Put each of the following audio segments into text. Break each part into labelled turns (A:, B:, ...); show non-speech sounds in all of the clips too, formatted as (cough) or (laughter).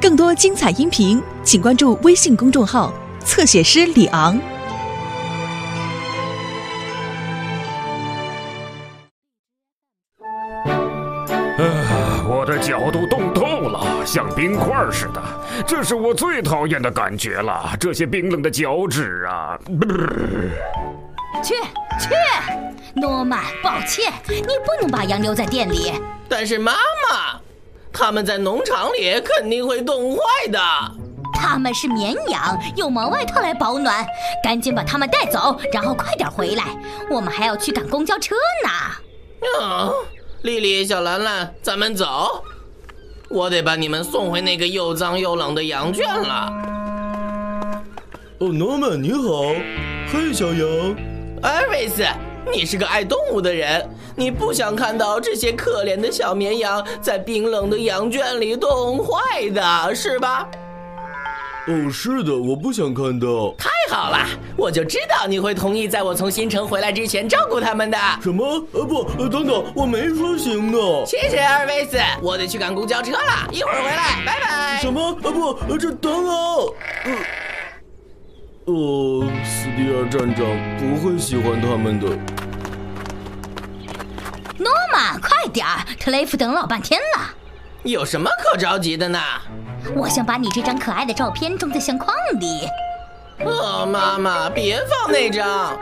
A: 更多精彩音频，请关注微信公众号“侧写师李昂”。
B: 啊，我的脚都冻透了，像冰块似的，这是我最讨厌的感觉了。这些冰冷的脚趾啊！
C: 去去，诺曼，抱歉，你不能把羊留在店里。
D: 但是妈妈，他们在农场里肯定会冻坏的。
C: 它们是绵羊，用毛外套来保暖。赶紧把它们带走，然后快点回来。我们还要去赶公交车呢。
D: 啊，丽丽、小兰兰，咱们走。我得把你们送回那个又脏又冷的羊圈了。
E: 哦，诺曼你好，嘿，小羊，
D: 艾瑞斯，你是个爱动物的人，你不想看到这些可怜的小绵羊在冰冷的羊圈里冻坏的，是吧？
E: 哦，是的，我不想看到
D: 太好了，我就知道你会同意在我从新城回来之前照顾他们的。
E: 什么？呃，不，呃等等，我没说行呢。
D: 谢谢二位子，我得去赶公交车了，一会儿回来，拜拜。
E: 什么？呃，不，呃，这等等，呃，哦，斯蒂尔站长不会喜欢他们的。
C: 诺曼，快点儿，特雷弗等老半天了。
D: 有什么可着急的呢？
C: 我想把你这张可爱的照片装在相框里。
D: 哦，妈妈，别放那张。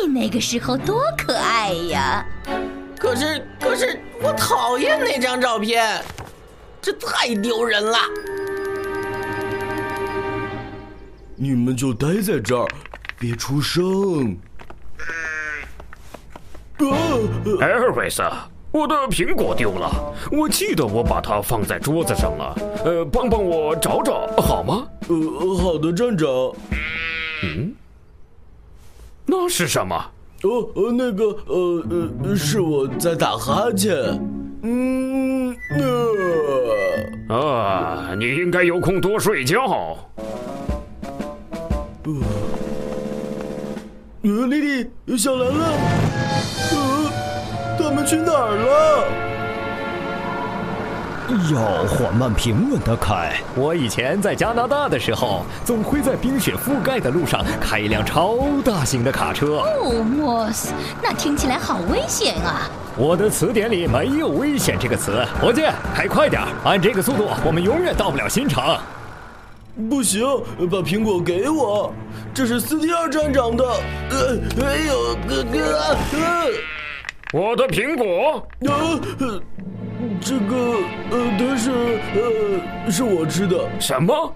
C: 你那个时候多可爱呀！
D: 可是，可是我讨厌那张照片，这太丢人了。
E: 你们就待在这儿，别出声。啊，呃
B: 艾尔维斯，我的苹果丢了，我记得我把它放在桌子上了。呃，帮帮我找找好吗？
E: 呃，好的，站长。
B: 那是什么？
E: 哦，呃，那个，呃呃，是我在打哈欠。嗯，呃那、
B: 啊，你应该有空多睡觉。
E: 呃，丽丽，小兰兰，呃，他们去哪儿了？
F: 要哎缓慢平稳地开，
G: 我以前在加拿大的时候，总会在冰雪覆盖的路上开一辆超大型的卡车。
C: 哦，莫斯，那听起来好危险啊！
G: 我的词典里没有“危险”这个词。伙计，开快点儿，按这个速度，我们永远到不了新城。
E: 不行，把苹果给我，这是斯蒂尔站长的。呃，哎呦，哥哥，呃，
B: 我的苹果，
E: 呃，呃这个，呃，它是，呃，是我吃的，
B: 什么？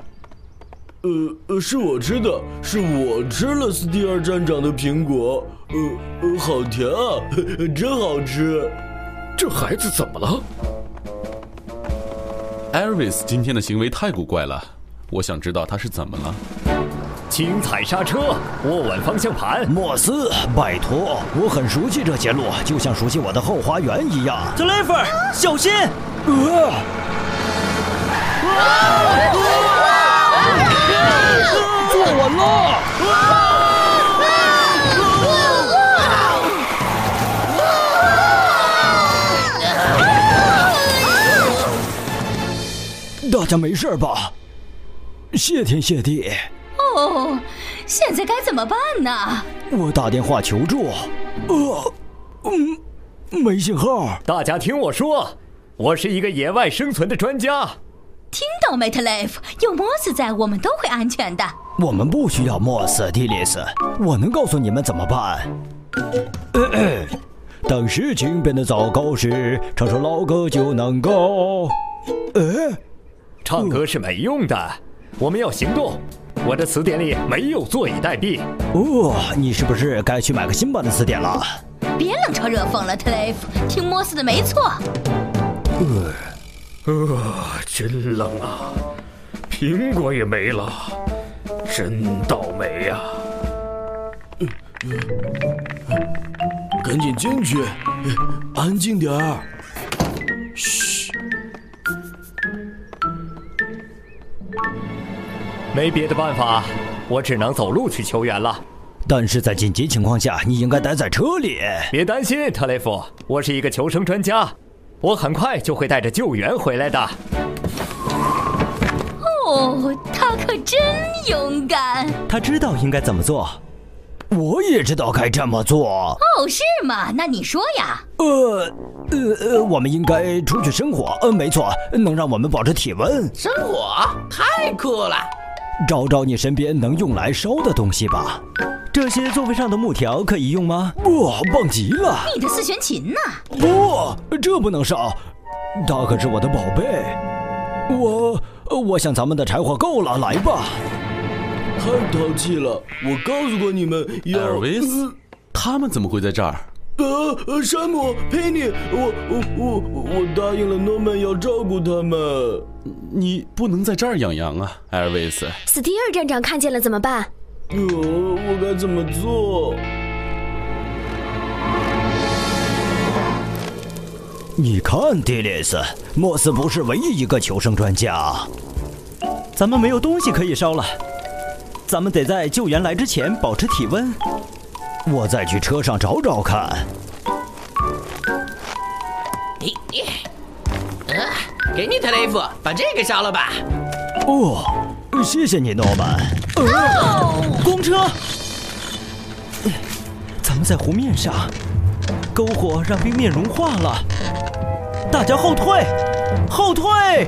E: 呃，呃，是我吃的，是我吃了斯蒂尔站长的苹果，呃，呃，好甜啊，真好吃。
B: 这孩子怎么了？
H: 艾瑞斯今天的行为太古怪了，我想知道他是怎么了。
G: 请踩刹车，握稳方向盘。
F: 莫斯，拜托，我很熟悉这些路，就像熟悉我的后花园一样。特雷弗，小心！呃，坐稳了。大家没事吧？谢天谢地，
C: 哦，现在该怎么办呢？
F: 我打电话求助。呃，嗯，没信号。
G: 大家听我说，我是一个野外生存的专家。
C: 听到没，特雷弗，有莫斯在，我们都会安全的。
F: 我们不需要莫斯蒂利斯，我能告诉你们怎么办。咳咳当事情变得糟糕时，唱首老歌就能够。哎，
G: 唱歌是没用的，我们要行动。我的词典里没有坐以待毙。
F: 哦，你是不是该去买个新版的词典了？
C: 别冷嘲热讽了，特雷弗，听莫斯的没错。
B: 啊，真冷啊！苹果也没了，真倒霉啊呀、
E: 赶紧进去，哎安静点儿。
G: 没别的办法，我只能走路去求援了。
F: 但是在紧急情况下，你应该待在车里。
G: 别担心，特雷弗，我是一个求生专家。我很快就会带着救援回来的。
C: 哦，他可真勇敢
F: 他知道应该怎么做，我也知道该这么做。
C: 哦，是吗？那你说呀？
F: 呃，呃呃，我们应该出去生火。呃，没错，能让我们保持体温。
D: 生火太酷了！
F: 找找你身边能用来烧的东西吧。这些座位上的木条可以用吗？哇，棒极了！
C: 你的四弦琴呢？
F: 不，这不能烧，它可是我的宝贝。我，我想咱们的柴火够了，来吧。
E: 太淘气了！我告诉过你们要。
H: 艾尔维斯，他们怎么会在这儿？
E: 呃呃，山姆，佩妮，我我我我答应了诺曼要照顾他们。
H: 你不能在这儿养羊啊，艾尔维斯。
I: 斯蒂尔站长看见了怎么办？
E: 呃，我该怎么做？
F: 你看，迪丽斯，莫斯不是唯一一个求生专家。咱们没有东西可以烧了，咱们得在救援来之前保持体温。我再去车上找找看。
D: 咦咦，呃，给你特雷弗，把这个烧了吧。
F: 哦，谢谢你，诺曼。呃，公车，咱们在湖面上，篝火让冰面融化了，大家后退，后退！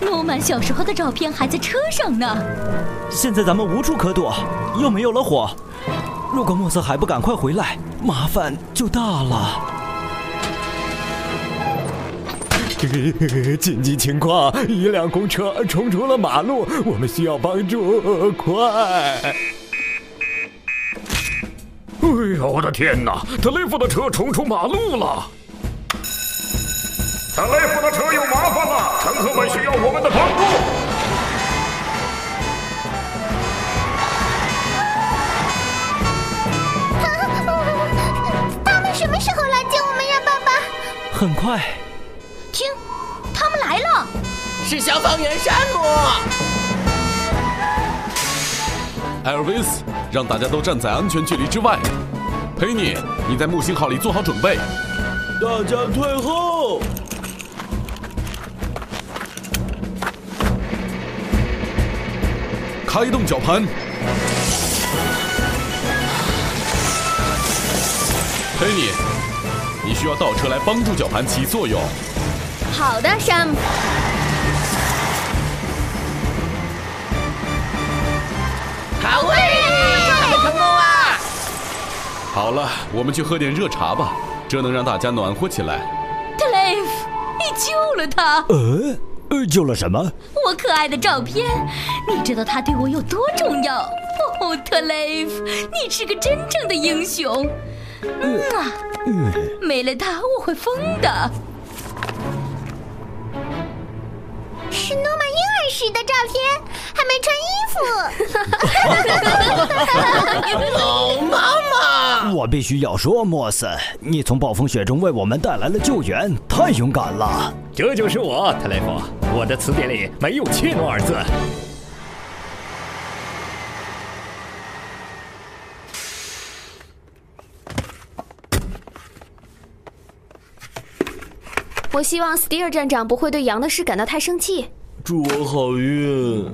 C: 诺曼小时候的照片还在车上呢。
F: 现在咱们无处可躲，又没有了火。如果莫斯还不赶快回来，麻烦就大了。
G: 紧急情况，一辆公车冲出了马路，我们需要帮助，快！
B: 哎呦，我的天哪！特雷弗的车冲出马路了！特雷弗的车有麻烦了，乘客们需要我们的帮助。
I: 啊他们什么时候来接我们呀，爸爸？
F: 很快，
C: 听，他们来了！
D: 是消防员山姆。
H: 艾尔维斯，让大家都站在安全距离之外。佩妮，你在木星号里做好准备。
E: 大家退后！
H: 开动绞盘。佩妮，你需要倒车来帮助绞盘起作用。
I: 好的，山姆。
D: 好喂，他们成功了。
H: 好了，我们去喝点热茶吧，这能让大家暖和起来。
C: 特雷弗，你救了他，
F: 呃，呃，救了什么？
C: 我可爱的照片，你知道他对我有多重要。哦，特雷弗，你是个真正的英雄。嗯啊，没了他我会疯的。
I: 是诺曼婴儿时的照片，还没穿衣服。
D: 哦，妈妈，
F: 我必须要说，莫斯，你从暴风雪中为我们带来了救援，太勇敢了。
G: 这就是我，特雷弗。我的词典里没有“怯懦”二字。
I: (laughs) 我希望斯蒂尔站长不会对羊的事感到太生气。
E: 祝我好运。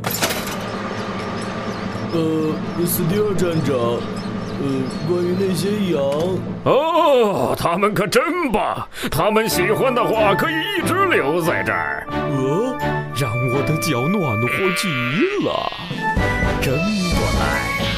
E: 呃，斯蒂尔站长，呃，关于那些羊，
B: 哦，他们可真棒！他们喜欢的话，可以一直留在这儿。
E: 呃，
G: 让我的脚暖和极了，真不赖。